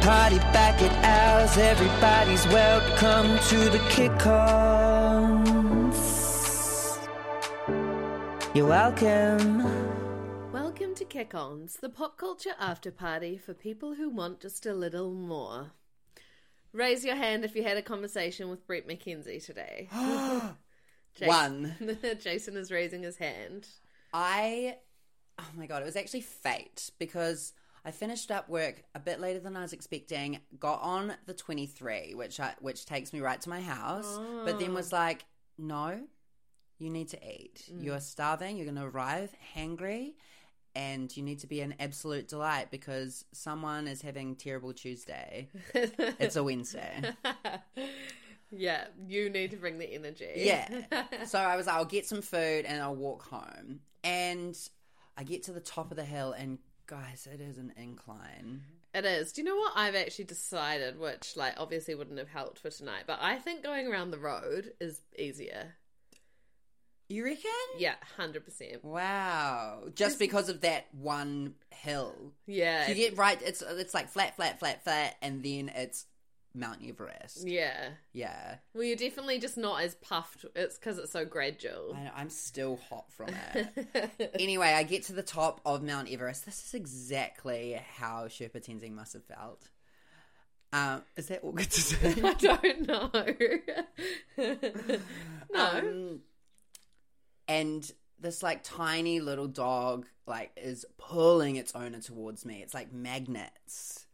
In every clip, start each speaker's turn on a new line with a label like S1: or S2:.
S1: Party back at ours, everybody's welcome to the kick-ons. You're welcome.
S2: Welcome to Kick Ons, the pop culture after party for people who want just a little more. Raise your hand if you had a conversation with Brett McKenzie today. Jas-
S3: One.
S2: Jason is raising his hand.
S3: I, oh my God, it was actually fate because I finished up work a bit later than I was expecting, got on the 23, which, I, which takes me right to my house, but then was like, no, you need to eat. You are starving, you're going to arrive hangry. And you need to be an absolute delight because someone is having terrible Tuesday. It's a Wednesday.
S2: yeah, you need to bring the energy.
S3: Yeah. so I was like, I'll get some food and I'll walk home. And I get to the top of the hill, and guys, it is an incline.
S2: It is. Do you know what I've actually decided, which like obviously wouldn't have helped for tonight, but I think going around the road is easier.
S3: You reckon?
S2: Yeah, hundred percent.
S3: Wow. Just because of that one hill.
S2: Yeah,
S3: You get right, it's it's like flat, flat, flat, flat, and then it's Mount Everest.
S2: yeah.
S3: Yeah.
S2: Well, you're definitely just not as puffed. It's because it's so gradual.
S3: I, I'm still hot from it. anyway, I get to the top of Mount Everest. This is exactly how Sherpa Tenzing must have felt. Um, is that all good to say?
S2: I don't know. no,
S3: Um, and this like tiny little dog like is pulling its owner towards me. It's like magnets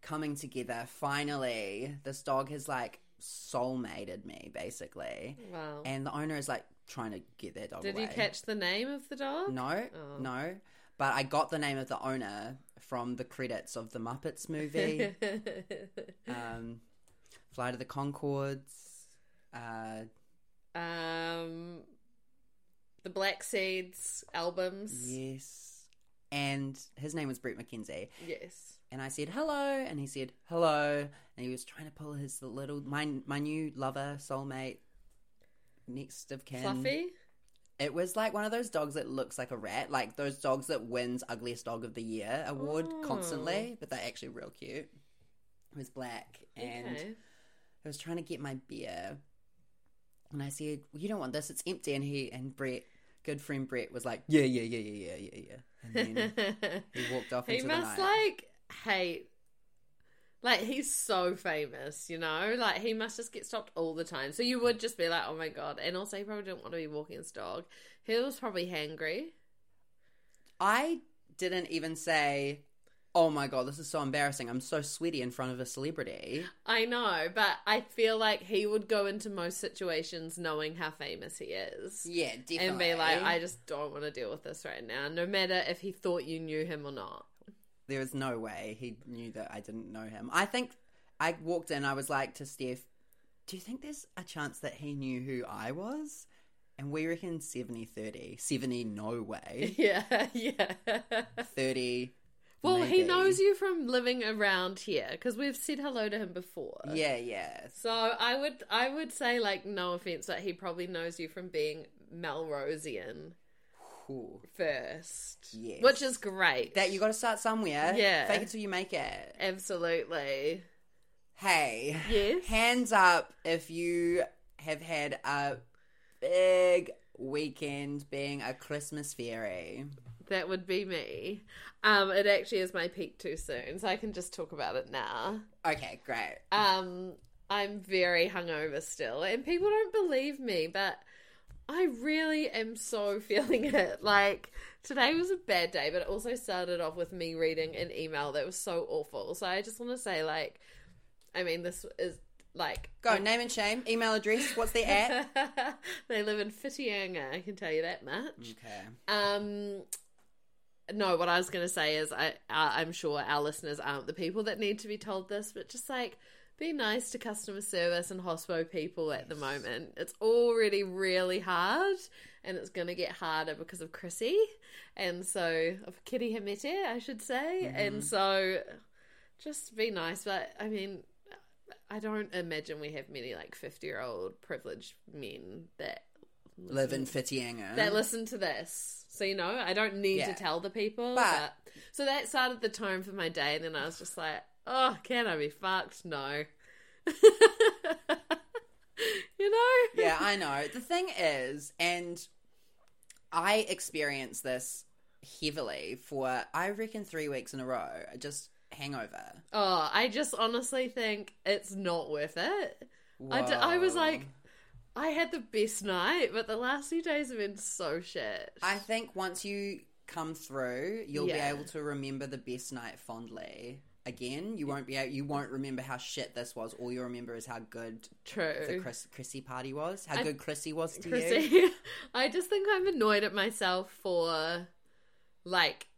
S3: coming together. Finally, this dog has like soulmated me basically,
S2: wow.
S3: and the owner is like trying to get their dog.
S2: Did
S3: away.
S2: you catch the name of the dog? Oh.
S3: No, no. But I got the name of the owner from the credits of the Muppets movie, um, Flight of the Concords. Uh,
S2: um, the Black Seeds albums.
S3: Yes. And his name was Brett McKenzie.
S2: Yes.
S3: And I said, hello. And he said, hello. And he was trying to pull his little, my, my new lover, soulmate, next of kin.
S2: Fluffy.
S3: It was like one of those dogs that looks like a rat, like those dogs that wins Ugliest Dog of the Year award
S2: Oh.
S3: constantly, but they're actually real cute. It was black. And
S2: Okay.
S3: I was trying to get my beer, and I said, well, "You don't want this; it's empty." And he and Brett, good friend Brett, was like, "Yeah, yeah, yeah, yeah, yeah, yeah, yeah." And then he walked off
S2: He
S3: into the
S2: must
S3: night.
S2: like hate. Like he's so famous, you know. Like he must just get stopped all the time. So you would just be like, "Oh my god!" And also, he probably didn't want to be walking his dog. He was probably hangry.
S3: I didn't even say, "Oh my god, this is so embarrassing! I'm so sweaty in front of a celebrity."
S2: I know, but I feel like he would go into most situations knowing how famous he is,
S3: Yeah, definitely.
S2: and be like, "I just don't want to deal with this right now," no matter if he thought you knew him or not.
S3: there was no way he knew that I didn't know him. I think I walked in. I was like to Steph, "Do you think there's a chance that he knew who I was?" And we reckon 70 30. 70, no way.
S2: Yeah, yeah.
S3: 30.
S2: well, he
S3: maybe.
S2: knows you from living around here because we've said hello to him before.
S3: Yeah, yeah.
S2: So I would I would say like no offense, but he probably knows you from being Melrosian
S3: Cool.
S2: first,
S3: Yes.
S2: which is great.
S3: That you got to start somewhere.
S2: Yeah.
S3: Fake it till you make it.
S2: absolutely
S3: Hey.
S2: Yes?
S3: Hands up if you have had a big weekend being a Christmas fairy.
S2: that would be me. Um, it actually is my peak too soon, so I can just talk about it now.
S3: Okay, great.
S2: Um, I'm very hungover still, and people don't believe me, but I really am so feeling it. Like today was a bad day, but it also started off with me reading an email that was so awful. So I just want to say, like, I mean, this is like
S3: Go, name and shame, email address, what's the at?
S2: they live in Fitianga. I can tell you that much.
S3: okay.
S2: Um, no, what I was going to say is I, I I'm sure our listeners aren't the people that need to be told this, but just like be nice to customer service and hospo people at the moment. It's already really hard, and it's going to get harder because of Chrissy, and so of Kitty Hamete, I should say.
S3: Mm-hmm.
S2: And so, just be nice. But I mean, I don't imagine we have many like fifty-year-old privileged men that
S3: Live in Fitianga.
S2: that listen to this. So you know, I don't need
S3: Uh-huh. Yeah.
S2: to tell the people.
S3: But-
S2: But, so that started the tone for my day, and then I was just like, "Oh, can I be fucked? No." you know?
S3: yeah, I know. The thing is, and I experienced this heavily for I reckon three weeks in a row. Just hangover.
S2: Oh, I just honestly think it's not worth it. I, d- I was
S3: Whoa.
S2: like, I had the best night, but the last few days have been so shit.
S3: I think once you come through, you'll
S2: Yeah.
S3: be able to remember the best night fondly. Again, you won't be able, you won't remember how shit this was. All you remember is how good the
S2: True.
S3: Chris, Chrissy party was, how
S2: I-
S3: good Chrissy was to you.
S2: Chrissy, I just think I'm annoyed at myself for like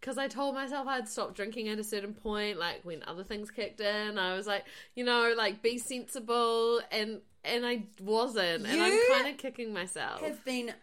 S2: because I told myself I'd stop drinking at a certain point, like when other things kicked in. I was like, you know, like be sensible, and and I wasn't, and I'm
S3: You
S2: kind of kicking myself.
S3: Have been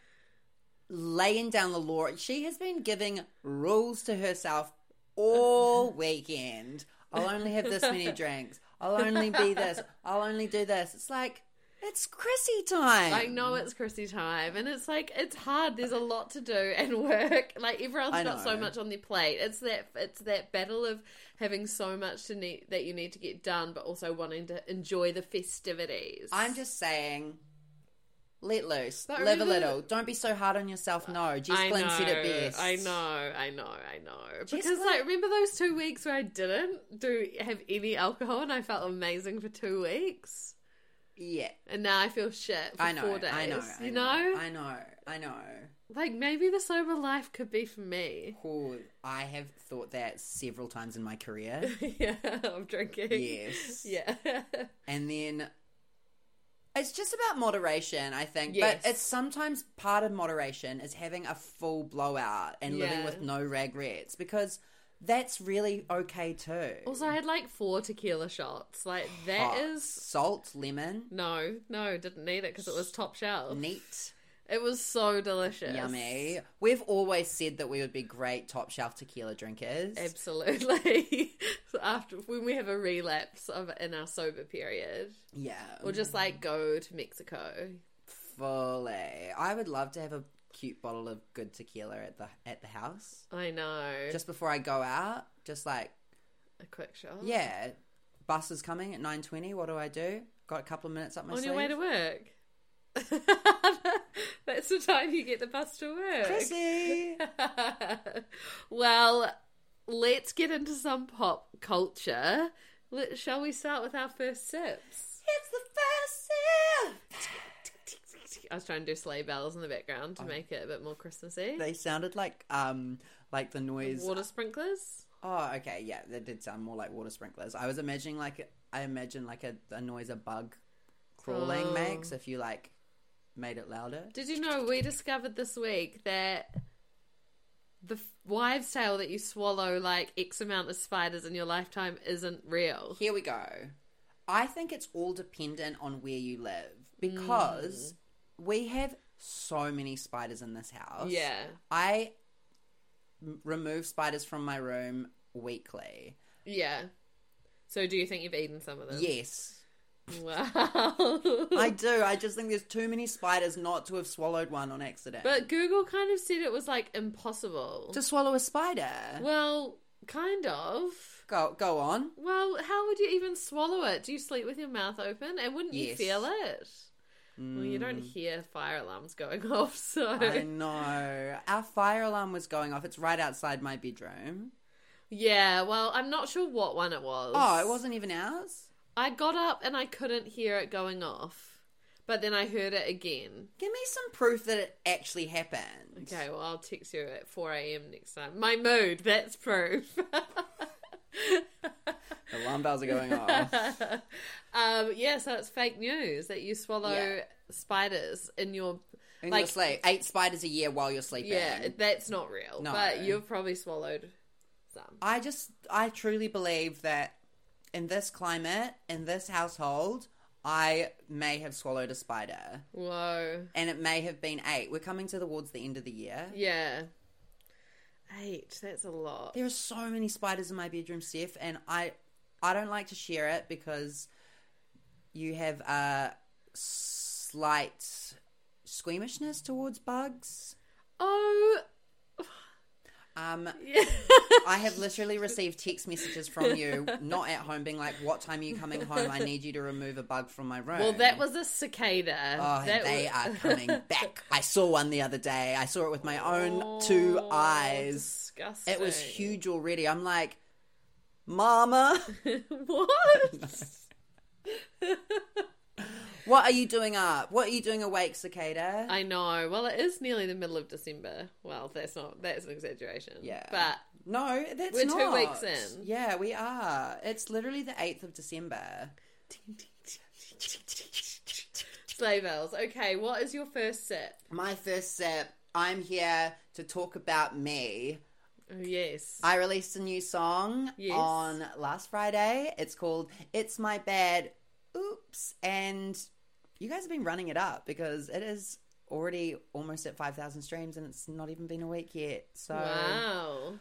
S3: laying down the law. She has been giving rules to herself all weekend. I'll only have this many drinks. I'll only be this. I'll only do this. It's like it's Chrissy time.
S2: I know it's Chrissy time, and it's like it's hard. There's a lot to do and work. Like everyone's
S3: I
S2: got so
S3: know.
S2: much on their plate. It's that it's that battle of having so much to need that you need to get done, but also wanting to enjoy the festivities.
S3: I'm just saying, let loose,
S2: But
S3: live a
S2: remember-
S3: little. Don't be so hard on yourself. No, Jess
S2: I
S3: Glynn
S2: know,
S3: said it best.
S2: I know, I know, I know.
S3: Jess
S2: because
S3: Glynn-
S2: like remember those two weeks where I didn't do have any alcohol and I felt amazing for two weeks,
S3: Yeah,
S2: and now I feel shit for
S3: I know.
S2: four days.
S3: I know. I
S2: you
S3: know.
S2: know,
S3: I know. I know.
S2: like maybe the sober life could be for me.
S3: Cool. I have thought that several times in my career.
S2: yeah, I'm drinking.
S3: Yes.
S2: Yeah.
S3: And then it's just about moderation, I think.
S2: Yes.
S3: But it's sometimes part of moderation is having a full blowout and living
S2: Yeah.
S3: with no regrets because that's really okay too.
S2: also, I had like four tequila shots. Like that
S3: Hot.
S2: is
S3: salt, lemon,
S2: no, no, didn't need it because it was top shelf.
S3: neat,
S2: It was so delicious.
S3: yummy. We've always said that we would be great top shelf tequila drinkers.
S2: Absolutely. So After when we have a relapse of in our sober period,
S3: yeah.
S2: or just like go to Mexico.
S3: fully. I would love to have a cute bottle of good tequila at the at the house.
S2: I know. Just
S3: Just before I go out, just like
S2: a quick shot.
S3: Yeah, bus is coming at nine twenty. What do I do? Got a couple of minutes up my
S2: On
S3: sleeve.
S2: your way to work. That's the time you get the bus to work.
S3: Chrissy.
S2: well, let's get into some pop culture. Let, shall we start with our first sips?
S3: it's the first sip.
S2: I was trying to do sleigh bells in the background to make it a bit more Christmassy.
S3: Oh. They uh, sounded like um like the noise.
S2: Water sprinklers.
S3: Oh, okay, yeah, they did sound more like water sprinklers. I was imagining like I imagine like a, a noise a bug crawling
S2: Oh.
S3: makes if you like made it louder.
S2: Did you know we discovered this week that the f- wives' tale that you swallow like X amount of spiders in your lifetime isn't real?
S3: Here we go. I think it's all dependent on where you live because we have so many spiders in this house.
S2: Mm. Yeah.
S3: I m- remove spiders from my room weekly.
S2: Yeah. So do you think you've eaten some of them?
S3: Yes.
S2: Wow.
S3: I do. I just think there's too many spiders not to have swallowed one on accident.
S2: But Google kind of said it was like impossible.
S3: to swallow a spider.
S2: well, kind of.
S3: Go go on.
S2: Well, how would you even swallow it? Do you sleep with your mouth open? And wouldn't you
S3: Yes. Mm.
S2: feel it? Well, you don't hear fire alarms going off, so.
S3: I know. Our fire alarm was going off. It's right outside my bedroom.
S2: Yeah, well, I'm not sure what one it was.
S3: Oh, it wasn't even ours?
S2: I got up and I couldn't hear it going off, but then I heard it again.
S3: Give me some proof that it actually happened.
S2: Okay, well, I'll text you at 4 a.m. next time. My mood, that's proof.
S3: The alarm bells are going off.
S2: um, yeah, so it's fake news that you swallow
S3: Yeah.
S2: spiders in your
S3: In
S2: like
S3: your sleep. Eight spiders a year while you're sleeping.
S2: yeah, that's not real.
S3: No.
S2: But you've probably swallowed some.
S3: I just I truly believe that in this climate, in this household, I may have swallowed a spider.
S2: Whoa.
S3: And it may have been eight. We're coming to towards the end of the year.
S2: Yeah. Eight. That's a lot.
S3: There are so many spiders in my bedroom, Steph, and I I don't like to share it because you have a slight squeamishness towards bugs.
S2: Oh.
S3: Um,
S2: Yeah.
S3: I have literally received text messages from you, not at home, being like, "What time are you coming home? I need you to remove a bug from my room."
S2: Well, that was a cicada.
S3: Oh,
S2: that
S3: they
S2: was-
S3: are coming back. I saw one the other day. I saw it with my own two
S2: Oh,
S3: eyes.
S2: Disgusting.
S3: It was huge already. I'm like, Mama,
S2: what?
S3: what are you doing up? What are you doing awake, cicada?
S2: I know. Well, it is nearly the middle of December. Well, that's not. That's an exaggeration.
S3: Yeah.
S2: But
S3: no, that's
S2: We're
S3: not.
S2: two weeks in.
S3: Yeah, we are. It's literally the 8th of December.
S2: sleigh bells. Okay. What is your first sip?
S3: My first sip. I'm here to talk about me.
S2: Oh, yes.
S3: I released a new song
S2: Yes.
S3: on last Friday. It's called It's My Bad Oops. And you guys have been running it up because it is already almost at 5,000 streams and it's not even been a week yet. So
S2: wow.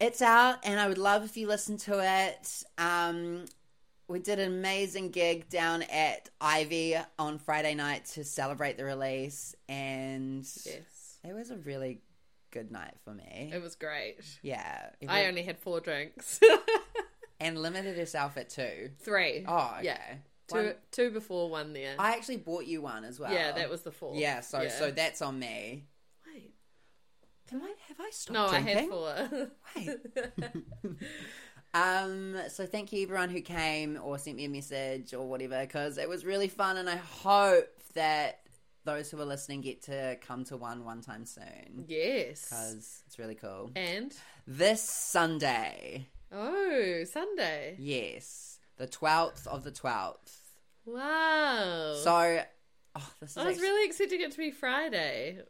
S3: it's out and I would love if you listen to it. Um, we did an amazing gig down at Ivy on Friday night to celebrate the release. And
S2: Yes.
S3: it was a really good night for me.
S2: It was great.
S3: yeah.
S2: I
S3: every-
S2: only had four drinks.
S3: and limited herself at two.
S2: Three.
S3: Oh, okay.
S2: Yeah. Two,
S3: One-
S2: two before, one there.
S3: I actually bought you one as well.
S2: yeah, that was the four.
S3: yeah. So so that's on me.
S2: Wait.
S3: Can I have I stopped
S2: No,
S3: drinking?
S2: I had four.
S3: Wait. um. So thank you everyone who came or sent me a message or whatever because it was really fun and I hope that those who are listening get to come to one one time soon
S2: yes.
S3: because it's really cool.
S2: And
S3: This Sunday,
S2: oh, Sunday.
S3: yes, the twelfth of the twelfth.
S2: Wow.
S3: So, oh, this is
S2: I was
S3: actually,
S2: really expecting it to be Friday.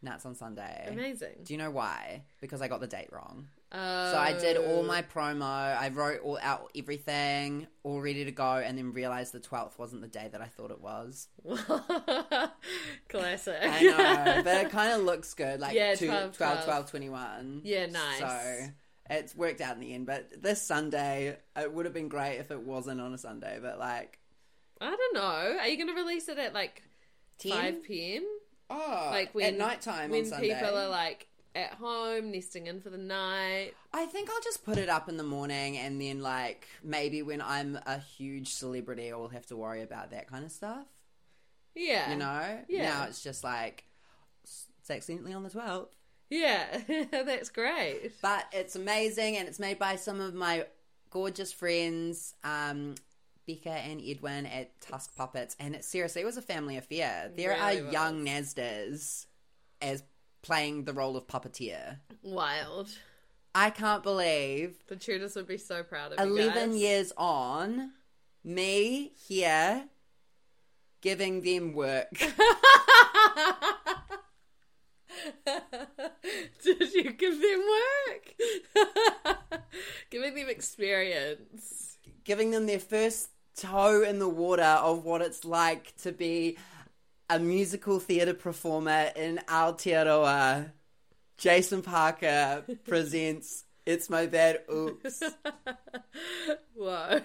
S3: no, it's on Sunday.
S2: Amazing.
S3: Do you know why? Because I got the date wrong.
S2: Oh.
S3: So I did all my promo. I wrote all out everything, all ready to go, and then realized the twelfth wasn't the day that I thought it was.
S2: Classic.
S3: I know, uh, but it kind of looks good, like
S2: Yeah,
S3: two, 12,
S2: 12,
S3: 12,
S2: 12,
S3: 21.
S2: Yeah, nice.
S3: So it's worked out in the end. But this Sunday, it would have been great if it wasn't on a Sunday. But like
S2: I don't know. Are you going to release it at like
S3: 10?
S2: 5 p.m.?
S3: oh,
S2: Like
S3: like
S2: when
S3: at nighttime
S2: when
S3: on Sunday.
S2: people are like at home nesting in for the night.
S3: I think I'll just put it up in the morning and then, like, maybe when I'm a huge celebrity, I'll have to worry about that kind of stuff.
S2: Yeah.
S3: You know?
S2: Yeah.
S3: Now it's just like, it's accidentally on the 12th.
S2: Yeah. That's great.
S3: But it's amazing and it's made by some of my gorgeous friends, um, Becca and Edwin at Tusk Puppets. And it seriously it was a family affair. There
S2: Really
S3: are
S2: was.
S3: young Nasdas as playing the role of puppeteer.
S2: Wild.
S3: I can't believe
S2: The tutors would be so proud of you
S3: 11
S2: guys.
S3: years on, me here giving them work.
S2: Did you give them work? Giving them experience.
S3: giving them their first toe in the water of what it's like to be a musical theatre performer in Aotearoa. Jason Parker presents It's My Bad Oops.
S2: Whoa.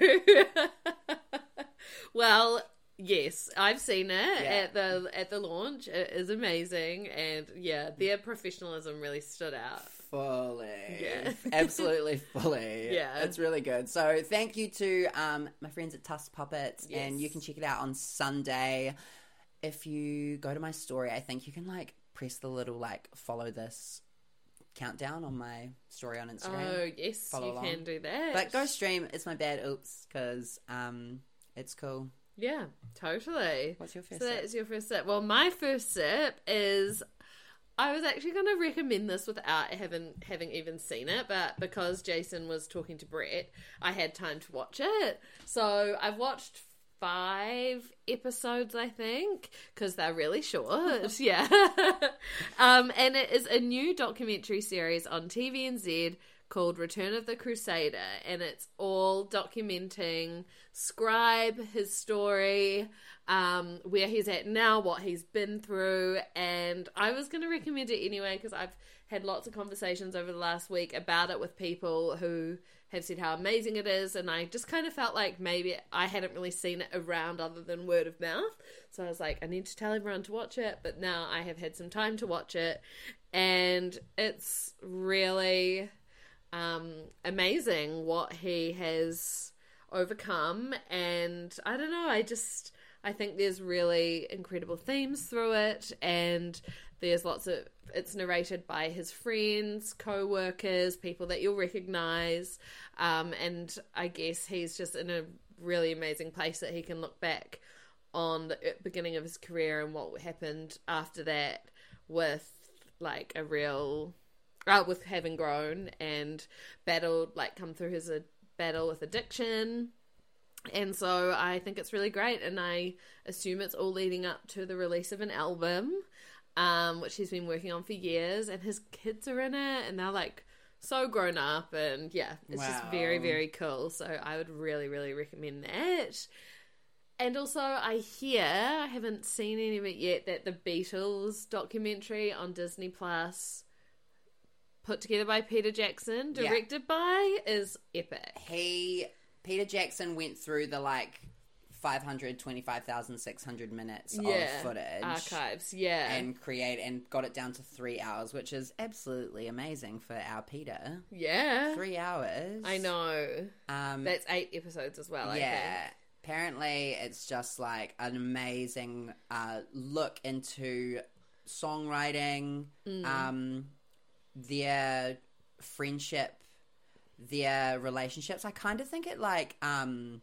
S2: well, yes, I've seen it
S3: Yeah.
S2: at the at the launch. It is amazing, and yeah, their professionalism really stood out.
S3: Fully.
S2: Yeah.
S3: Absolutely fully.
S2: Yeah.
S3: It's really good. So thank you to um, my friends at Tusk Puppets. And
S2: Yes.
S3: you can check it out on Sunday. If you go to my story, I think you can like press the little like follow this countdown on my story on Instagram.
S2: Oh yes,
S3: Follow
S2: you
S3: along.
S2: can do that.
S3: But go stream. It's my bad. Oops. Because um, it's cool.
S2: Yeah, totally.
S3: What's your first
S2: So
S3: sip?
S2: that's your first sip. Well, my first sip is. I was actually going to recommend this without having having even seen it, but because Jason was talking to Brett, I had time to watch it. So I've watched five episodes, I think, because they're really short. yeah, um, and it is a new documentary series on TVNZ called Return of the Crusader, and it's all documenting Scribe, his story, um, where he's at now, what he's been through. And I was going to recommend it anyway because I've had lots of conversations over the last week about it with people who have said how amazing it is. And I just kind of felt like maybe I hadn't really seen it around other than word of mouth. So I was like, I need to tell everyone to watch it. But now I have had some time to watch it. And it's really um, amazing what he has overcome. And I don't know, I just. I think there's really incredible themes through it, and there's lots of it's narrated by his friends, co-workers, people that you'll recognize, um, and I guess he's just in a really amazing place that he can look back on the beginning of his career and what happened after that with like a real uh, with having grown and battled like come through his uh, battle with addiction and so I think it's really great, and I assume it's all leading up to the release of an album, um, which he's been working on for years, and his kids are in it, and they're like so grown up, and yeah, it's just very,
S3: Wow.
S2: very cool. So I would really, really recommend that. And also, I hear I haven't seen any of it yet that the Beatles documentary on Disney Plus, put together by Peter Jackson,
S3: Yeah.
S2: directed by, is epic.
S3: He Peter Jackson went through the like 500, 25,600 minutes of footage
S2: archives. Yeah,
S3: and create and got it down to three hours, which is absolutely amazing for our Peter.
S2: yeah.
S3: Three hours.
S2: Uh, I know
S3: Um,
S2: that's eight episodes as well.
S3: yeah. Apparently, it's just like an amazing uh, look into songwriting,
S2: Mm.
S3: um, their friendship, their relationships. I kind of think it like um,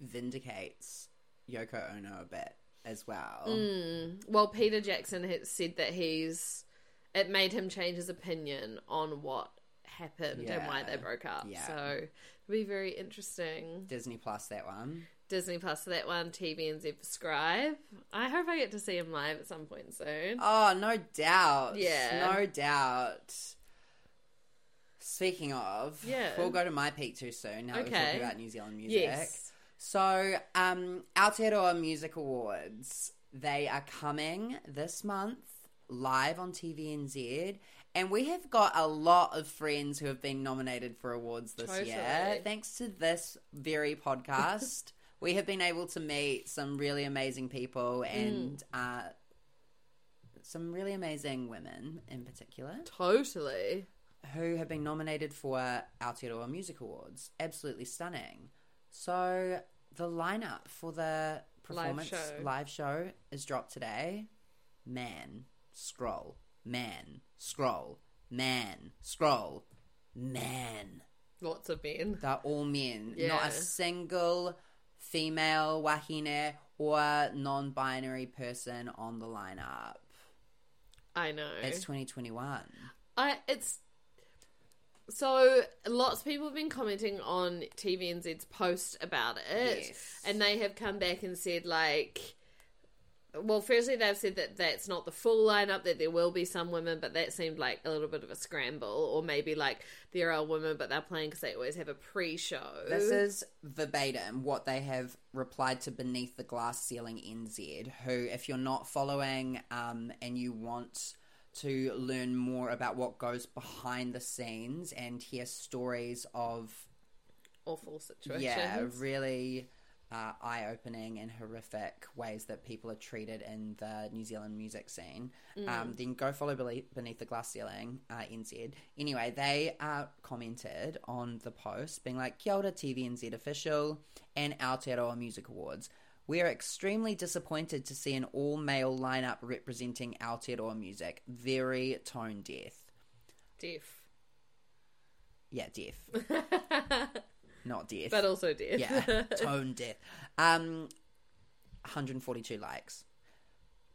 S3: vindicates Yoko Ono a bit as well.
S2: Mm. I think. Hmm. Well, Peter Jackson had said that he's it made him change his opinion on what happened and why
S3: Yeah.
S2: they broke up.
S3: Yeah.
S2: So it'll be very interesting.
S3: Disney Plus, that one.
S2: Disney Plus for that one, TVNZ for Scribe. I hope I get to see him live at some point soon.
S3: Oh, no doubt.
S2: Yeah.
S3: No doubt. Speaking of,
S2: Yeah.
S3: we'll go to my peak too soon now that we're
S2: Okay.
S3: talking about New Zealand music.
S2: yes.
S3: So, um, Aotearoa Music Awards, they are coming this month live on TVNZ. And we have got a lot of friends who have been nominated for awards this year.
S2: Totally.
S3: Thanks to this very podcast, we have been able to meet some really amazing people and uh, some really amazing women in particular
S2: Totally.
S3: who have been nominated for Aotearoa Music Awards. Absolutely stunning. So the lineup for the performance live
S2: show.
S3: show, is dropped today. Man, scroll. Man, scroll. Man, scroll. Man.
S2: Lots of men.
S3: They're all men. Not
S2: Yeah.
S3: a single female wahine or non-binary person on the lineup.
S2: I know.
S3: It's 2021.
S2: I it's so lots of people have been commenting on TVNZ's post about it,
S3: Yes.
S2: and they have come back and said like. Well, firstly, they've said that that's not the full lineup, that there will be some women, but that seemed like a little bit of a scramble. Or maybe like there are women, but they're playing because they always have a pre show.
S3: This is verbatim what they have replied to Beneath the Glass Ceiling NZ, who, if you're not following um, and you want to learn more about what goes behind the scenes and hear stories of,
S2: awful situation.
S3: yeah, really uh, eye opening and horrific ways that people are treated in the New Zealand music scene, um, then go follow Bele- Beneath the Glass Ceiling uh, NZ. Anyway, they uh, commented on the post being like, Kia ora TVNZ official and Aotearoa Music Awards. We are extremely disappointed to see an all male lineup representing Aotearoa music. Very tone deaf.
S2: Deaf.
S3: Yeah, deaf. Not deaf.
S2: But also deaf.
S3: Yeah, tone deaf. Um, 142 likes.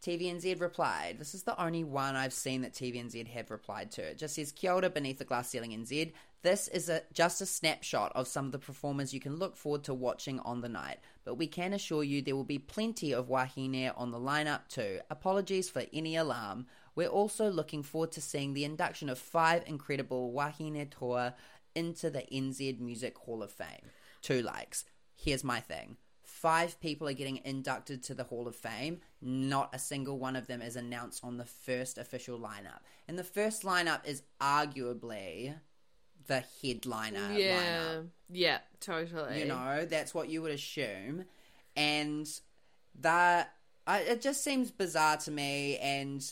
S3: TVNZ replied. This is the only one I've seen that TVNZ have replied to. It just says Kia ora beneath the glass ceiling NZ. This is a just a snapshot of some of the performers you can look forward to watching on the night, but we can assure you there will be plenty of wahine on the lineup too. Apologies for any alarm. We're also looking forward to seeing the induction of five incredible Wahine Toa into the NZ Music Hall of Fame. Two likes. Here's my thing. Five people are getting inducted to the Hall of Fame. Not a single one of them is announced on the first official lineup. And the first lineup is arguably the headliner lineup.
S2: Yeah. Yeah, totally.
S3: You know, that's what you would assume. And that I, it just seems bizarre to me and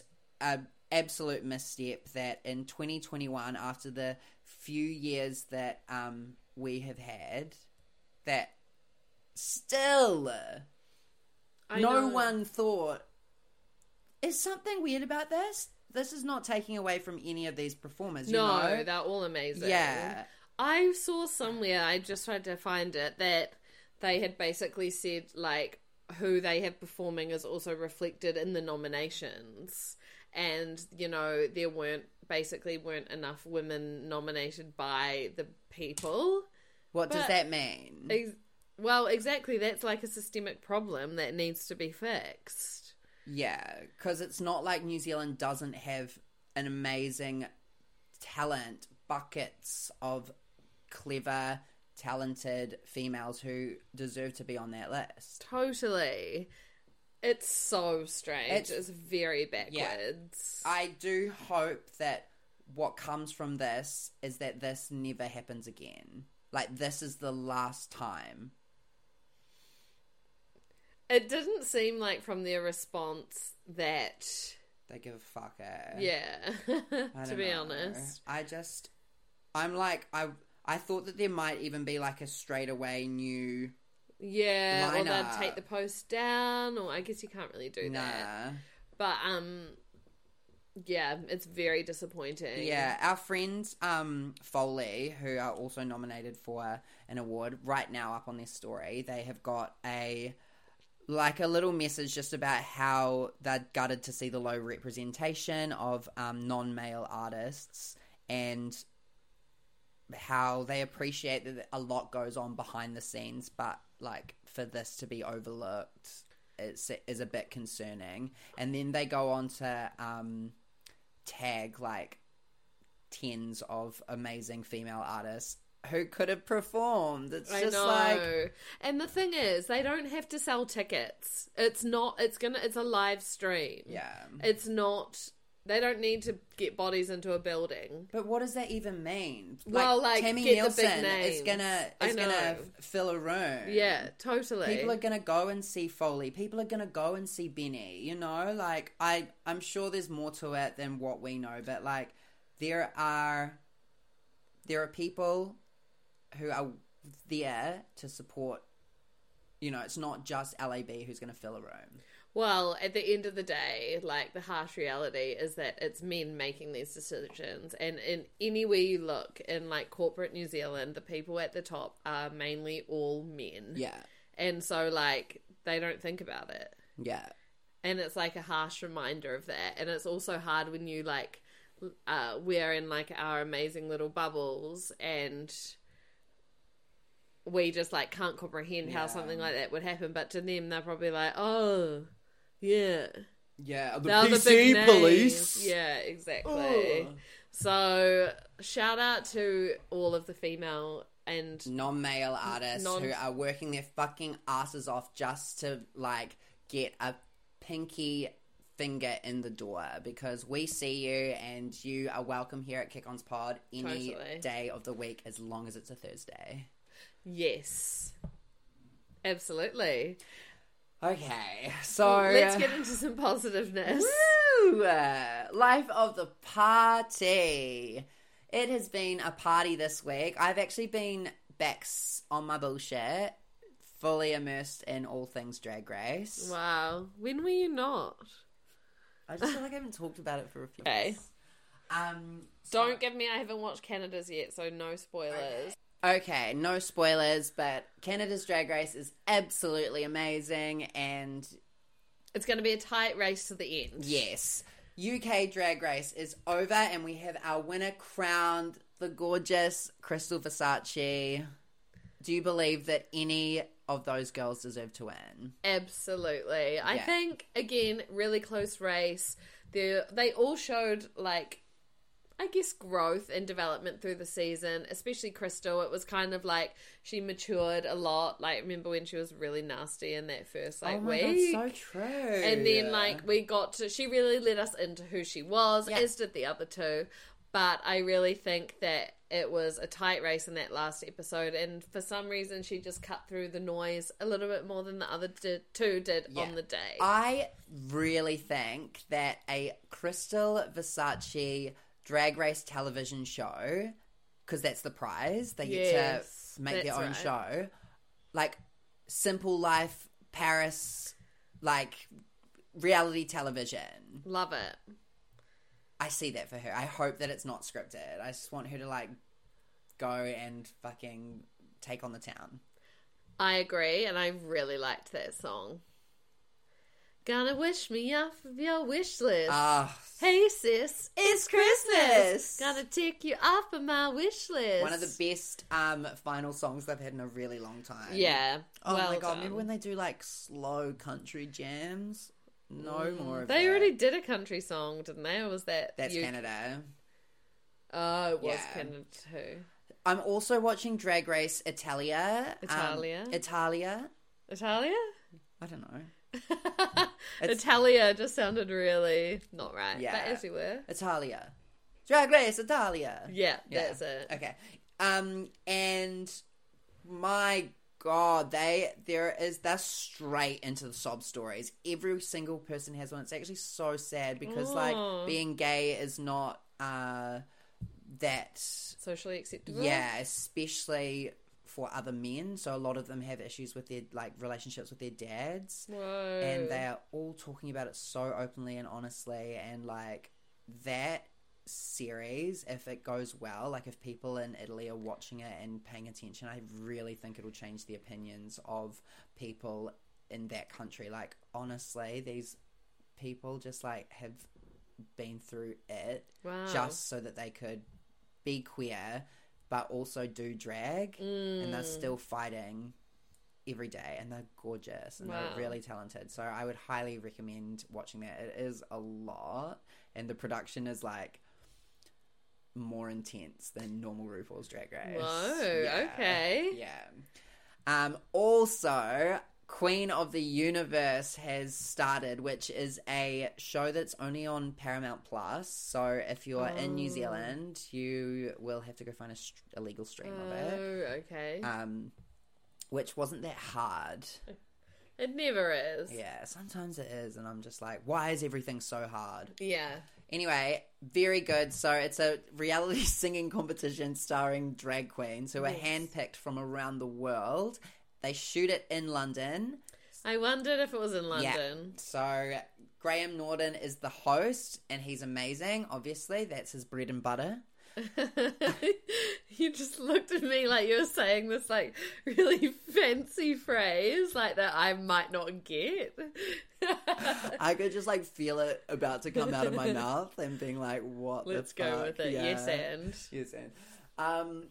S3: a absolute misstep that in 2021 after the few years that um we have had that still
S2: I
S3: no
S2: know.
S3: one thought is something weird about this this is not taking away from any of these performers you
S2: No,
S3: know
S2: they're all amazing.
S3: yeah
S2: I saw somewhere, I just tried to find it, that they had basically said, like, who they have performing is also reflected in the nominations. And, you know, there weren't, basically, weren't enough women nominated by the people.
S3: what does
S2: but-
S3: that mean
S2: Ex- well, exactly. That's like a systemic problem that needs to be fixed.
S3: Yeah, because it's not like New Zealand doesn't have an amazing talent, buckets of clever, talented females who deserve to be on that list.
S2: Totally. It's so strange.
S3: It's-
S2: It's, very backwards.
S3: I do hope that what comes from this is that this never happens again. Like, this is the last time.
S2: It didn't seem like from their response that.
S3: They give a fuck. eh?
S2: Yeah.
S3: I
S2: to
S3: don't
S2: be
S3: know.
S2: honest.
S3: I just I'm like I I thought that there might even be like a straightaway new
S2: Yeah. or
S3: Lineup.
S2: they'd take the post down, or I guess you can't really do that.
S3: nah.
S2: But, um, yeah, it's very disappointing.
S3: Yeah, our friends um, Foley, who are also nominated for an award right now up on this story, they have got a like a little message just about how they're gutted to see the low representation of um, non-male artists and how they appreciate that a lot goes on behind the scenes, but like for this to be overlooked is is a bit concerning. And then they go on to um, tag like tens of amazing female artists who could have performed. It's
S2: I
S3: just
S2: know.
S3: like
S2: and the thing is, they don't have to sell tickets. It's not. It's gonna. It's a live stream.
S3: yeah.
S2: It's not. They don't need to get bodies into a building.
S3: But what does that even mean?
S2: Well, like,
S3: Tammy
S2: get the
S3: Nielsen
S2: big
S3: is
S2: names.
S3: gonna
S2: I
S3: is gonna
S2: know.
S3: f- fill a room.
S2: Yeah, totally.
S3: People are gonna go and see Foley. People are gonna go and see Benny. You know, like I, I'm sure there's more to it than what we know. But like, there are, there are people who are there to support. You know, it's not just Lab who's gonna fill a room.
S2: Well, at the end of the day, like the harsh reality is that it's men making these decisions, and in anywhere you look in like corporate New Zealand, the people at the top are mainly all men.
S3: Yeah,
S2: and so like they don't think about it.
S3: yeah,
S2: and it's like a harsh reminder of that and it's also hard when you like l- uh we're in like our amazing little bubbles and we just like can't comprehend
S3: Yeah.
S2: how something like that would happen but to them they're probably like oh yeah
S3: yeah.
S2: they're the big police yeah exactly so shout out to all of the female and
S3: non-male artists
S2: non-
S3: who are working their fucking asses off just to like get a pinky finger in the door because we see you and you are welcome here at Kick On's Pod any
S2: Totally.
S3: day of the week as long as it's a Thursday.
S2: yes absolutely
S3: Okay, so
S2: let's get into some positiveness
S3: Woo! uh, Life of the party. It has been a party this week. I've actually been back s- on my bullshit, fully immersed in all things Drag Race.
S2: Wow. When were you not?
S3: I just feel like I haven't talked about it for a few
S2: Okay.
S3: days. Um,
S2: Don't give me I haven't watched Canada's yet, so no spoilers.
S3: okay, no spoilers, but Canada's Drag Race is absolutely amazing, and
S2: It's gonna be a tight race to the end.
S3: Yes. UK Drag Race is over, and we have our winner crowned, the gorgeous Crystal Versace. Do you believe that any of those girls deserve to win.
S2: Absolutely. I
S3: Yeah.
S2: think again, really close race. They they all showed like I guess growth and development through the season, especially Crystal. It was kind of like she matured a lot. Like remember when she was really nasty in that first like
S3: oh my
S2: week?
S3: god, so true.
S2: and then like we got to she really let us into who she was
S3: Yeah.
S2: as did the other two but i really think that it was a tight race in that last episode and for some reason she just cut through the noise a little bit more than the other di- two did
S3: Yeah.
S2: on the day
S3: I really think that a Crystal Versace drag race television show, because that's the prize, they get
S2: Yes,
S3: to make their
S2: that's
S3: own
S2: right.
S3: show. Like Simple Life, Paris, like reality television.
S2: love it
S3: I see that for her. I hope that it's not scripted. I just want her to like go and fucking take on the town.
S2: i agree and i really liked that song gonna wish me off of your wish list
S3: Ah,
S2: hey sis
S3: it's Christmas.
S2: gonna tick you off of my wish list
S3: One of the best um, final songs they've had in a really long time.
S2: yeah
S3: Oh my
S2: well
S3: god!
S2: done.
S3: Remember when they do like slow country jams? No more. Of
S2: Mm, They
S3: that.
S2: already did a country song, didn't they? Or was that
S3: That's
S2: you-
S3: Canada.
S2: Oh, it was
S3: Yeah.
S2: Canada too.
S3: I'm also watching Drag Race Italia. um,
S2: Italia?
S3: Italia.
S2: Italia.
S3: I don't know.
S2: Italia just sounded really not right.
S3: Yeah.
S2: But as you were.
S3: Italia. Drag Race Italia.
S2: Yeah,
S3: Yeah.
S2: that's it.
S3: Okay. Um and my god, they there is they're straight into the sob stories. Every single person has one. It's actually so sad because
S2: Oh.
S3: like being gay is not uh that
S2: Socially acceptable.
S3: yeah, especially for other men. So a lot of them have issues with their like relationships with their dads,
S2: Whoa.
S3: and they are all talking about it so openly and honestly. And like that series, if it goes well, like if people in Italy are watching it and paying attention, I really think it'll change the opinions of people in that country. Like honestly, these people just like have been through it
S2: wow.
S3: just so that they could be queer but also do drag
S2: Mm,
S3: and they're still fighting every day and they're gorgeous and
S2: Wow.
S3: they're really talented so i would highly recommend watching that it is a lot and the production is like more intense than normal rupaul's drag race
S2: Whoa, okay.
S3: yeah um also queen of the universe has started which is a show that's only on paramount plus so if you're in new
S2: Oh.
S3: zealand you will have to go find a, str a legal
S2: Oh,
S3: stream of it
S2: okay.
S3: um, which wasn't that hard.
S2: it never is.
S3: Yeah, sometimes it is, and I'm just like, why is everything so hard?
S2: Yeah.
S3: Anyway, very good. So it's a reality singing competition starring drag queens who are
S2: Yes.
S3: handpicked from around the world. They shoot it in London.
S2: I wondered if it was in
S3: Yeah.
S2: London.
S3: So Graham Norton is the host, and he's amazing. Obviously, that's his bread and butter.
S2: you just looked at me like you were saying this like really fancy phrase like that I might not get.
S3: I could just like feel it about to come out of my mouth and being like, "What?
S2: Let's
S3: the
S2: go
S3: fuck?
S2: with it.
S3: Yeah.
S2: Yes and
S3: Yes, and um,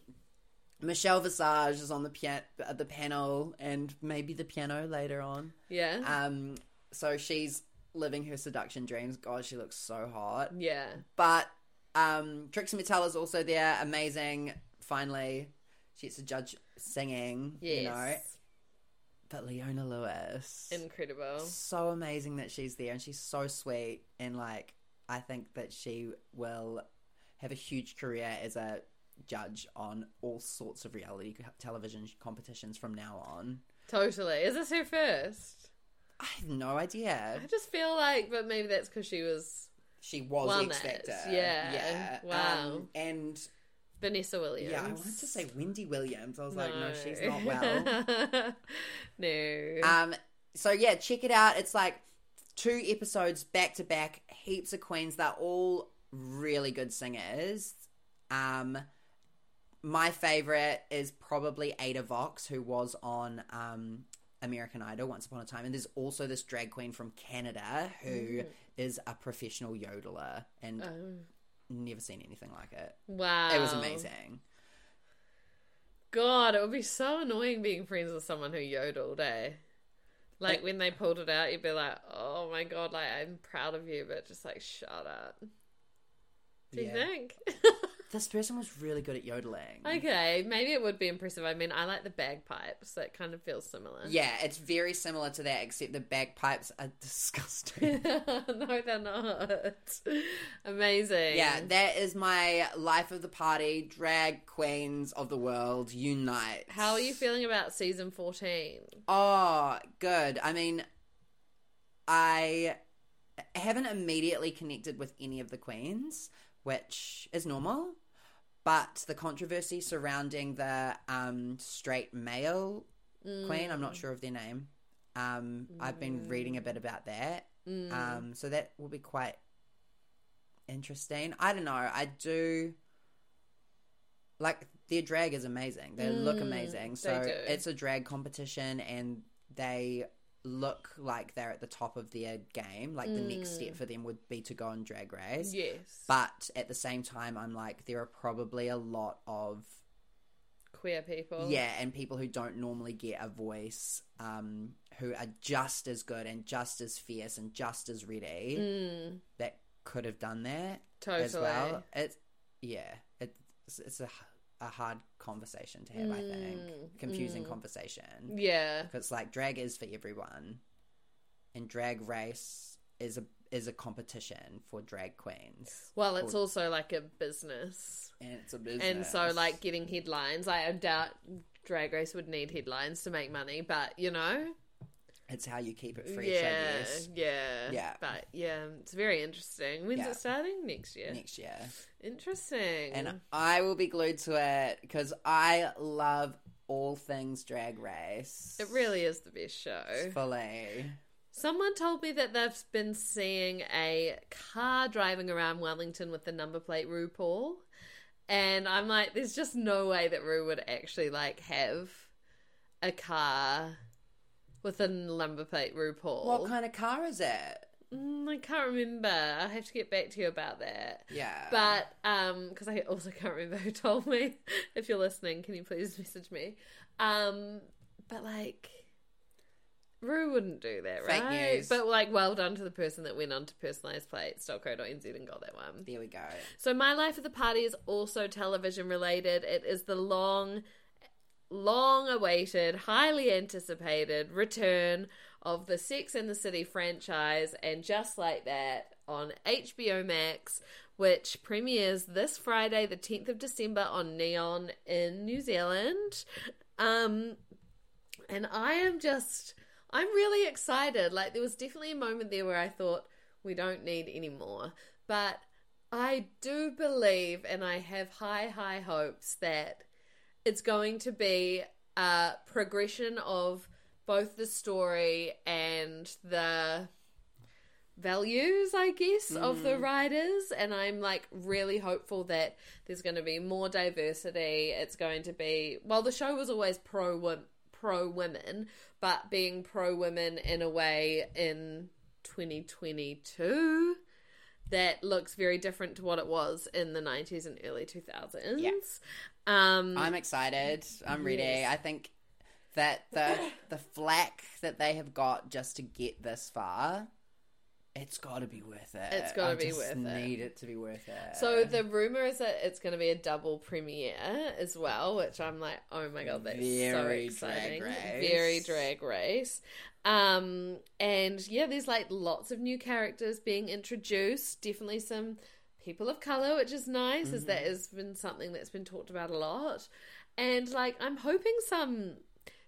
S3: Michelle Visage is on the pian- uh, the panel, and maybe the piano later on.
S2: yeah.
S3: Um, so she's living her seduction dreams. God, she looks so hot.
S2: yeah.
S3: But um, Trixie Mattel is also there. Amazing. Finally, she gets to judge singing.
S2: Yes.
S3: You know, but Leona Lewis
S2: Incredible.
S3: so amazing that she's there and she's so sweet and like I think that she will have a huge career as a judge on all sorts of reality c- television competitions from now on.
S2: Totally. Is this her first?
S3: I have no idea.
S2: I just feel like but maybe that's cuz she was
S3: She was
S2: Won
S3: X
S2: it.
S3: Factor.
S2: Yeah. Wow.
S3: Um, and
S2: Vanessa Williams.
S3: yeah, I wanted to say Wendy Williams. I was like, no, she's not well.
S2: no.
S3: Um, so yeah, check it out. It's like two episodes back to back, heaps of queens. They're all really good singers. Um, my favorite is probably Ada Vox, who was on um, American Idol once upon a time, and there's also this drag queen from Canada who is a professional yodeler and
S2: Mm. Oh.
S3: never seen anything like it.
S2: wow.
S3: It was amazing.
S2: God, it would be so annoying being friends with someone who yodeled, eh? Like when they pulled it out, you'd be like, "Oh my god, like I'm proud of you," but just like, shut up. Do you
S3: Yeah.
S2: think?
S3: This person was really good at yodeling.
S2: okay, maybe it would be impressive. I mean, I like the bagpipes; that kind of feels similar.
S3: Yeah, it's very similar to that, except the bagpipes are disgusting.
S2: no, they're not. Amazing.
S3: yeah, that is my life of the party. Drag queens of the world unite.
S2: How are you feeling about season fourteen?
S3: Oh, good. I mean, I haven't immediately connected with any of the queens, which is normal. But the controversy surrounding the um, straight male queen, I'm
S2: Mm.
S3: not sure of their name. Um, I've been reading a bit about that.
S2: Mm.
S3: Um, so that will be quite interesting. I don't know. I do like their drag is amazing. They look amazing. So
S2: Mm, do.
S3: it's a drag competition, and they look like they're at the top of their game. Like the next step for them would be to go on Drag Race.
S2: Mm. Yes,
S3: But at the same time, I'm like, there are probably a lot of
S2: queer people.
S3: yeah, and people who don't normally get a voice, um, who are just as good and just as fierce and just as ready,
S2: Mm,
S3: that could have done that
S2: totally.
S3: as well. It's yeah, it's it's a, h- a hard conversation to have. I think
S2: Mm,
S3: confusing
S2: mm.
S3: conversation
S2: Yeah.
S3: because like drag is for everyone, and drag race is a is a competition for drag queens,
S2: Well, it's
S3: Or-
S2: also like a business.
S3: and it's a business.
S2: And so, like, getting headlines, like, I doubt Drag Race would need headlines to make money, but you know?
S3: it's how you keep it fresh.
S2: yeah,
S3: I guess.
S2: yeah.
S3: Yeah.
S2: But yeah, it's very interesting. When's
S3: Yeah.
S2: it starting? Next year.
S3: Next year,
S2: Interesting.
S3: and I will be glued to it because I love all things drag race.
S2: it really is the best show.
S3: fully.
S2: Someone told me that they've been seeing a car driving around Wellington with the number plate RuPaul. And I'm like, there's just no way that Ru would actually like have a car with a number plate RuPaul.
S3: What kind of car is it?
S2: Mm, I can't remember. I have to get back to you about that.
S3: Yeah,
S2: But um, because I also can't remember who told me. If you're listening, can you please message me? Um, but like, Rue wouldn't do that,
S3: Fake
S2: right?
S3: news.
S2: But like, well done to the person that went on to personalized plates. NZ and got that one.
S3: there we go.
S2: So my life at the party is also television related. It is the long, long awaited, highly anticipated return of the Sex and the City franchise, and just like that on HBO Max, which premieres this Friday, the tenth of December, on Neon in New Zealand. Um, and I am just, I'm really excited. Like, there was definitely a moment there where I thought, we don't need any more. But I do believe, and I have high, high hopes that it's going to be a progression of both the story and the values i guess of the writers and i'm like really hopeful that there's going to be more diversity it's going to be well the show was always pro wo- pro women but being pro women in a way in 2022 that looks very different to what it was in the 90s and early 2000s
S3: Yeah.
S2: um
S3: I'm excited. I'm ready.
S2: Yes.
S3: I think that the the flack that they have got just to get this far, it's got to be worth it.
S2: It's gotta
S3: I
S2: be
S3: just
S2: worth it.
S3: Need it to be worth it.
S2: So the rumor is that it's going to be a double premiere as well, which I'm like, oh my god, that's so
S3: Very
S2: exciting!
S3: Drag Race.
S2: Very drag race. Um, and yeah, there's like lots of new characters being introduced. Definitely some people of color, which is nice,
S3: Mm-hmm.
S2: as that has been something that's been talked about a lot. And like, I'm hoping some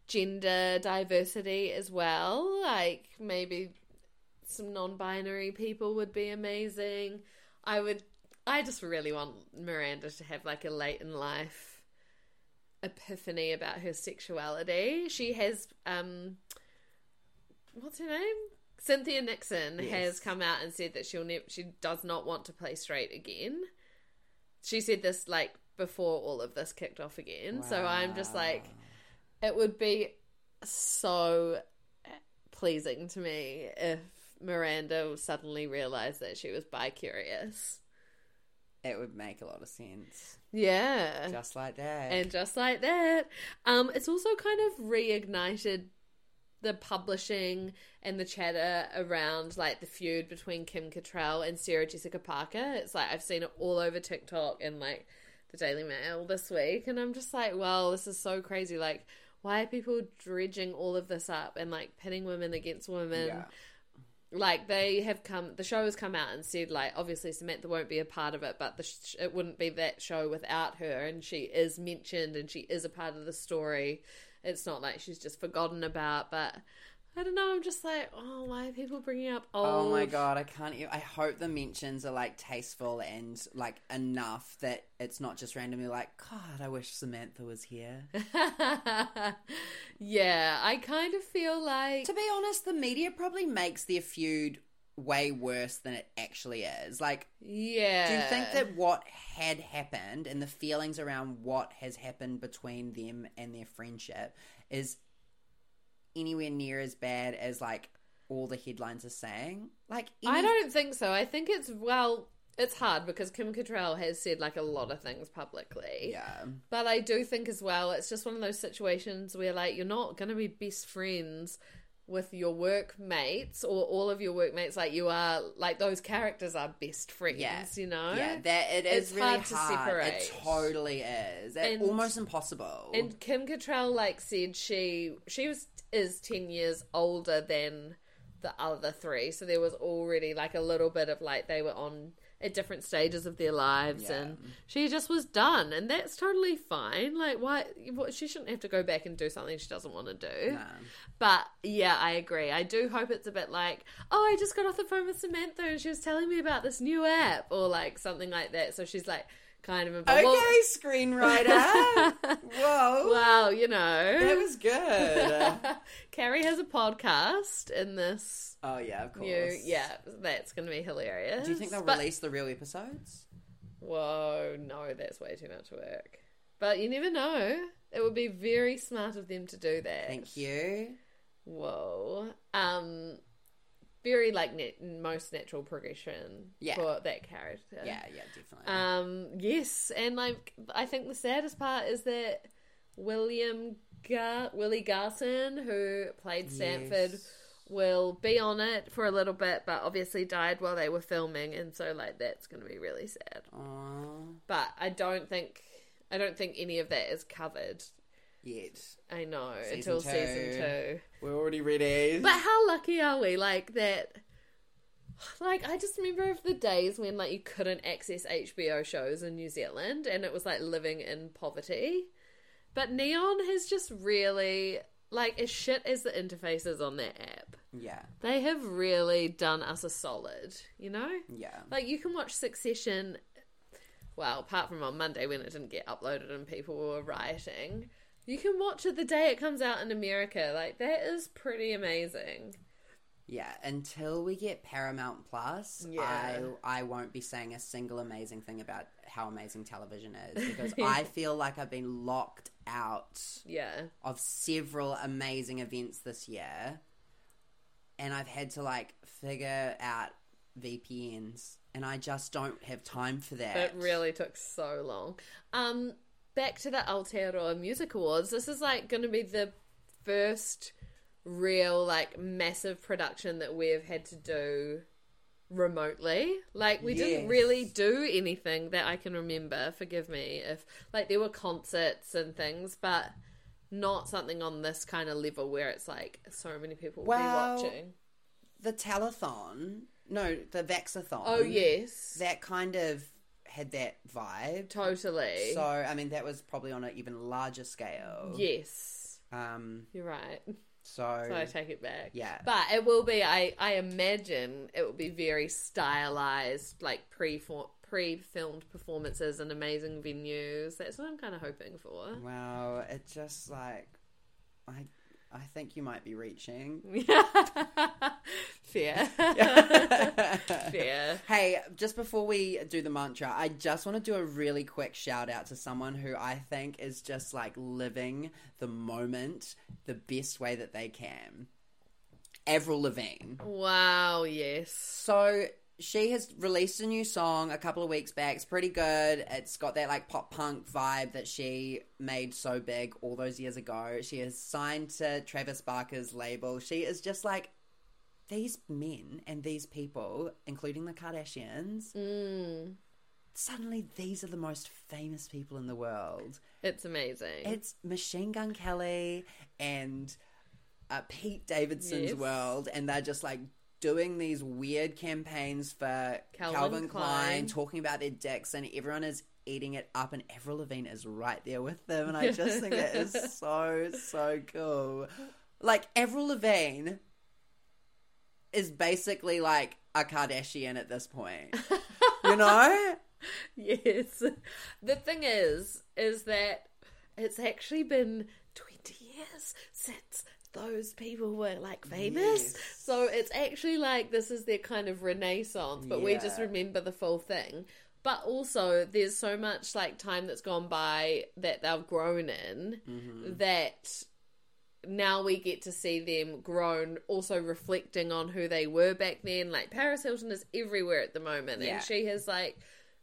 S2: gender diversity as well. Like maybe some non-binary people would be amazing. I would. I just really want Miranda to have like a late in life epiphany about her sexuality. She has um, what's her name? Cynthia Nixon has
S3: Yes.
S2: come out and said that she'll ne- she does not want to play straight again. She said this like before all of this kicked off again. So I'm just like, it would be so pleasing to me if Miranda suddenly realized that she was bi curious.
S3: It would make a lot of sense.
S2: Yeah.
S3: Just like that.
S2: Uh, And just like that. Um, it's also kind of reignited the publishing and the chatter around like the feud between Kim Cattrall and Sarah Jessica Parker. It's like I've seen it all over TikTok and like the Daily Mail this week, and I'm just like, wow, this is so crazy. Like, why are people dredging all of this up and like pitting women against women?
S3: Yeah.
S2: like they have come the show has come out and said like obviously samantha won't be a part of it but the sh- it wouldn't be that show without her and she is mentioned and she is a part of the story it's not like she's just forgotten about but i don't know i'm just like oh why are people bringing up old
S3: Oh my god, I can't. e- I hope the mentions are like tasteful and like enough that it's not just randomly like, God, I wish Samantha was here.
S2: yeah i kind of feel like
S3: to be honest, the media probably makes their feud way worse than it actually is. Like,
S2: yeah
S3: do you think that what had happened and the feelings around what has happened between them and their friendship is anywhere near as bad as like all the headlines are saying? Like,
S2: I
S3: any-
S2: don't think so. I think it's well, it's hard because Kim Cattrall has said like a lot of things publicly.
S3: Yeah.
S2: But I do think as well, it's just one of those situations where like you're not going to be best friends with your workmates or all of your workmates. Like you are, like those characters are best friends.
S3: Yeah.
S2: You know.
S3: Yeah, that it is
S2: It's
S3: really hard.
S2: hard to
S3: It
S2: separate.
S3: totally is. It,
S2: And-
S3: almost impossible.
S2: And Kim Cattrall like said she she was is ten years older than the other three, so there was already like a little bit of like they were on at different stages of their lives,
S3: Yeah.
S2: and she just was done, and that's totally fine. Like why what, she shouldn't have to go back and do something she doesn't want to do.
S3: No.
S2: But yeah, I agree. I do hope it's a bit like, oh, I just got off the phone with Samantha and she was telling me about this new app or like something like that. So she's like kind of
S3: okay,
S2: involved. Well-
S3: screenwriter. Whoa,
S2: Wow, you know.
S3: that was good.
S2: Carrie has a podcast in this
S3: oh yeah, of course.
S2: new. Yeah, that's going to be hilarious.
S3: Do you think they'll
S2: But-
S3: release the real episodes?
S2: Whoa, no, that's way too much work. But you never know. It would be very smart of them to do that.
S3: Thank you.
S2: Whoa. Um, very like nat- most natural progression
S3: Yeah.
S2: for that character.
S3: Yeah, yeah, definitely.
S2: Um, yes, and like I think the saddest part is that William Gar- Willie Garson, who played Sanford,
S3: Yes.
S2: will be on it for a little bit, but obviously died while they were filming, and so like that's going to be really sad.
S3: Aw,
S2: But I don't think I don't think any of that is covered.
S3: yet
S2: I know
S3: Season
S2: until
S3: two.
S2: season two.
S3: we're already ready.
S2: But how lucky are we? Like that. Like I just remember of the days when like you couldn't access HBO shows in New Zealand, and it was like living in poverty. But Neon has just really like as shit as the interfaces on that app,
S3: yeah,
S2: they have really done us a solid. You know,
S3: yeah,
S2: like you can watch Succession. Well, apart from on Monday when it didn't get uploaded and people were rioting, you can watch it the day it comes out in America. Like that is pretty amazing.
S3: yeah. Until we get Paramount Plus,
S2: Yeah.
S3: I I won't be saying a single amazing thing about how amazing television is because I feel like I've been locked out
S2: Yeah.
S3: of several amazing events this year, and I've had to like figure out VPNs, and I just don't have time for that.
S2: It really took so long. Um, back to the Aotearoa Music Awards. This is like going to be the first real, like, massive production that we have had to do remotely. Like, we didn't
S3: Yes.
S2: really do anything that I can remember. Forgive me if, like, there were concerts and things, but not something on this kind of level where it's like so many people will
S3: Well,
S2: be watching.
S3: the telethon, no, the Vaxathon.
S2: Oh yes,
S3: that kind of had that vibe.
S2: totally.
S3: So I mean, that was probably on an even larger scale.
S2: yes,
S3: Um.
S2: you're right.
S3: So,
S2: So I take it back.
S3: Yeah.
S2: But it will be, I, I imagine it will be very stylized, like pre pre filmed performances and amazing venues. That's what I'm kind of hoping for.
S3: wow, it just like I. I think you might be reaching.
S2: Fair. Fair.
S3: Hey, just before we do the mantra, I just want to do a really quick shout out to someone who I think is just like living the moment the best way that they can. Avril Lavigne.
S2: Wow, yes.
S3: So she has released a new song a couple of weeks back. It's pretty good. It's got that like pop punk vibe that she made so big all those years ago. She is signed to Travis Barker's label. She is just like these men and these people, including the Kardashians.
S2: Mm,
S3: Suddenly, these are the most famous people in the world.
S2: It's amazing.
S3: It's Machine Gun Kelly and uh, Pete Davidson's
S2: Yes.
S3: world, and they're just like doing these weird campaigns for Calvin,
S2: Calvin
S3: Klein,
S2: Klein.
S3: talking about their dicks, and everyone is eating it up, and Avril Lavigne is right there with them, and I just think that is so so cool. Like Avril Lavigne is basically like a Kardashian at this point, you know?
S2: yes. The thing is, is that it's actually been 20 years since those people were like famous.
S3: Yes.
S2: So it's actually like this is their kind of renaissance, but we just
S3: Yeah.
S2: remember the full thing. But also, there's so much like time that's gone by that they've grown in
S3: Mm-hmm.
S2: that now we get to see them grown, also reflecting on who they were back then. Like Paris Hilton is everywhere at the moment,
S3: Yeah.
S2: and she has like,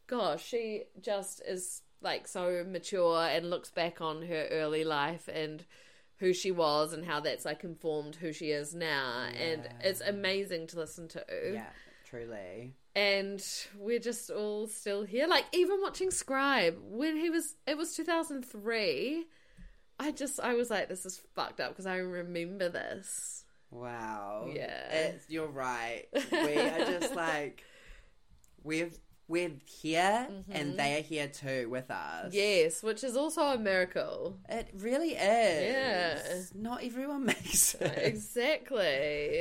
S2: gosh, she just is like so mature and looks back on her early life and who she was and how that's like informed who she is now, and it's amazing to listen to.
S3: Yeah, truly.
S2: And we're just all still here. Like even watching Scribe when he was, it was 2003. I just, I was like, this is fucked up because I remember this.
S3: Wow.
S2: Yeah.
S3: It's, you're right. We are just like we're we're here
S2: Mm-hmm.
S3: and they are here too with us.
S2: Yes, which is also a miracle.
S3: It really is. Yeah.
S2: Yeah.
S3: Not everyone makes it.
S2: Exactly.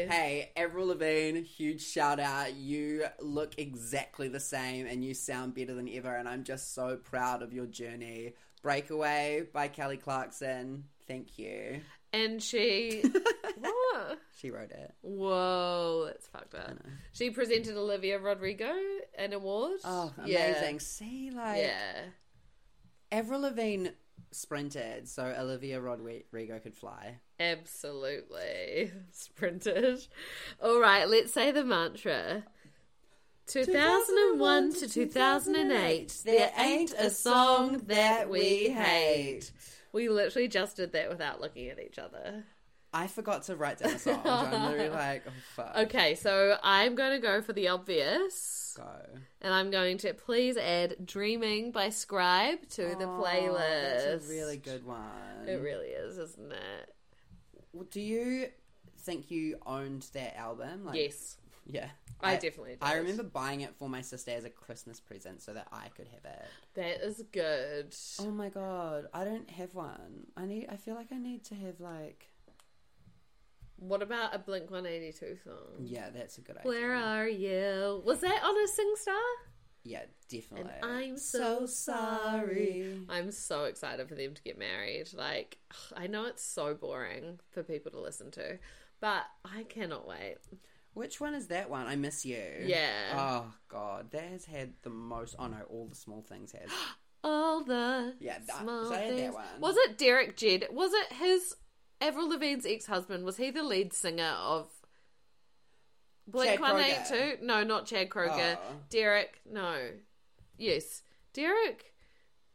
S3: Hey, Avril Lavigne, huge shout out. You look exactly the same and you sound better than ever and I'm just so proud of your journey. Breakaway by Kelly Clarkson. Thank you.
S2: And she. what?
S3: She wrote it.
S2: Whoa, that's fucked up. She presented Olivia Rodrigo an award.
S3: Oh,
S2: Yeah.
S3: amazing. See like
S2: Yeah.
S3: Avril Lavigne sprinted so Olivia Rodrigo could fly.
S2: Absolutely. Sprinted. All right, let's say the mantra. 2001 to 2008, there ain't a song that we hate. We literally just did that without looking at each other.
S3: I forgot to write down the songs. I'm literally like, oh fuck.
S2: Okay, so I'm going to go for the obvious,
S3: Go.
S2: and I'm going to please add "Dreaming" by Scribe to the
S3: Oh,
S2: playlist.
S3: That's a really good one.
S2: It really is, isn't it?
S3: Do you think you owned that album? Like,
S2: Yes,
S3: Yeah.
S2: I definitely
S3: I
S2: did.
S3: remember buying it for my sister as a Christmas present so that I could have it.
S2: that is good.
S3: Oh my god, I don't have one. I need. I feel like I need to have like.
S2: What about a Blink One Eighty Two song?
S3: Yeah, that's a good idea.
S2: Where are you? Was that on a Sing Star?
S3: Yeah, definitely.
S2: I'm so sorry. I'm so excited for them to get married. Like, I know it's so boring for people to listen to, but I cannot wait.
S3: Which one is that one? I miss you.
S2: Yeah.
S3: Oh god, that has had the most. Oh no, all the small things has.
S2: All the
S3: Yeah, that-
S2: small
S3: so I had that
S2: things.
S3: one.
S2: Was it Derek Jed? Was it his Avril Lavigne's ex-husband? Was he the lead singer of Blink One Eight
S3: Kroger.
S2: Two? No, not Chad Kroger.
S3: Oh.
S2: Derek, no, yes, Derek.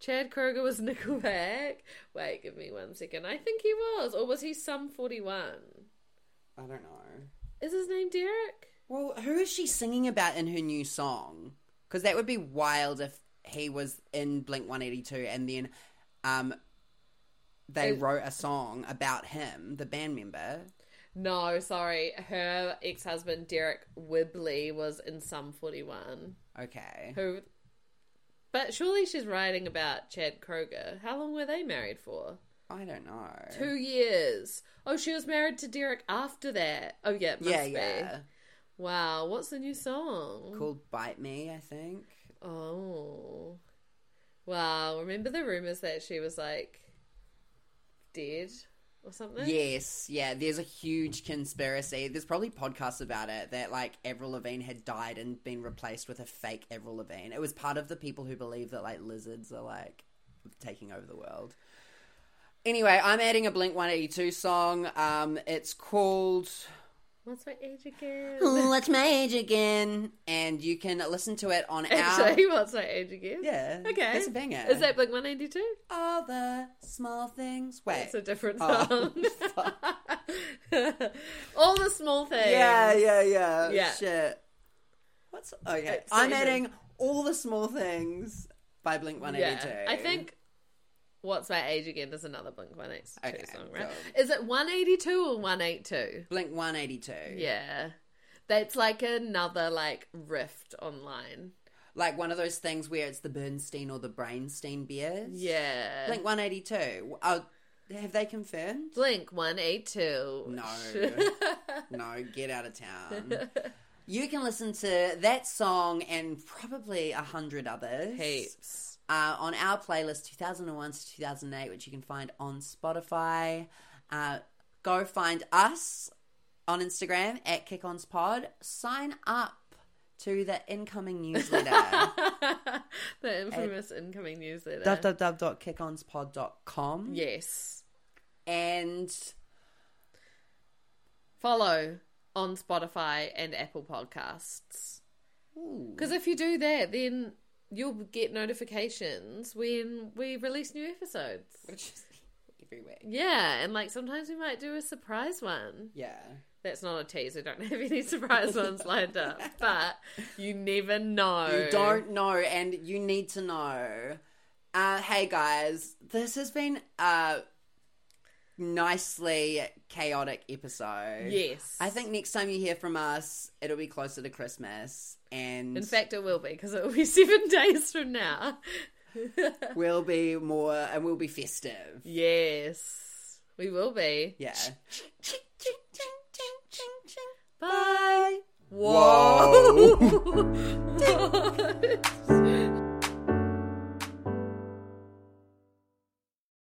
S2: Chad Kroger was Nickelback. Wait, give me one second. I think he was, or was he some Forty One?
S3: I don't know.
S2: Is his name Derek?
S3: Well, who is she singing about in her new song? Because that would be wild if he was in Blink One Eighty Two and then, um, they
S2: It-
S3: wrote a song about him, the band member.
S2: No, sorry. Her ex-husband Derek Wibley was in some Forty One.
S3: Okay.
S2: Who? But surely she's writing about Chad Kroger. How long were they married for?
S3: I don't know.
S2: Two years. Oh, she was married to Derek after that. Oh yeah, it must
S3: yeah,
S2: be.
S3: yeah.
S2: Wow, what's the new song?
S3: Called Bite Me, I think.
S2: Oh, wow. Remember the rumors that she was like dead or something?
S3: Yes, yeah. There's a huge conspiracy. There's probably podcasts about it that like Avril Lavigne had died and been replaced with a fake Avril Lavigne. It was part of the people who believe that like lizards are like taking over the world. Anyway, I'm adding a Blink 182 song. Um, it's called
S2: What's my age again?
S3: What's my age again? And you can listen to it on our.
S2: Actually, what's my age again?
S3: Yeah.
S2: Okay.
S3: That's a banger.
S2: Is that Blink 182?
S3: all the small things? Wait.
S2: It's a different
S3: Oh,
S2: song. All the small things.
S3: yeah, yeah, yeah,
S2: Yeah.
S3: Shit. What's okay?
S2: It's
S3: I'm
S2: not even-
S3: adding all the small things by Blink One Eighty Two.
S2: Yeah. I think What's My Age Again is another Blink 182
S3: Okay,
S2: song, right?
S3: cool.
S2: Is it 182 or 182?
S3: Blink One Eighty Two.
S2: Yeah. That's like another like rift online.
S3: like one of those things where it's the Bernstein or the Brainstein beers.
S2: Yeah.
S3: Blink One Eighty Two. Oh, have they confirmed?
S2: Blink 182.
S3: No. no, get out of town. You can listen to that song and probably a hundred others.
S2: Heaps.
S3: uh, on our playlist 2001 to 2008, which you can find on Spotify. Uh, go find us on Instagram at KickOnsPod. Sign up to the incoming newsletter.
S2: the infamous incoming newsletter.
S3: www.kickonspod.com.
S2: Yes.
S3: And
S2: Follow on Spotify and Apple Podcasts.
S3: ooh,
S2: Because if you do that, then you'll get notifications when we release new episodes.
S3: which is everywhere.
S2: Yeah, and like sometimes we might do a surprise one.
S3: Yeah.
S2: That's not a tease. We don't have any surprise ones lined up, but you never know.
S3: You don't know, and you need to know. Uh, hey guys, this has been a nicely chaotic episode.
S2: Yes.
S3: I think next time you hear from us, it'll be closer to Christmas, and
S2: In fact, it will be because it will be seven days from now.
S3: we'll be more and we'll be festive.
S2: Yes, we will be.
S3: Yeah.
S2: Bye.
S3: Whoa.
S2: Whoa.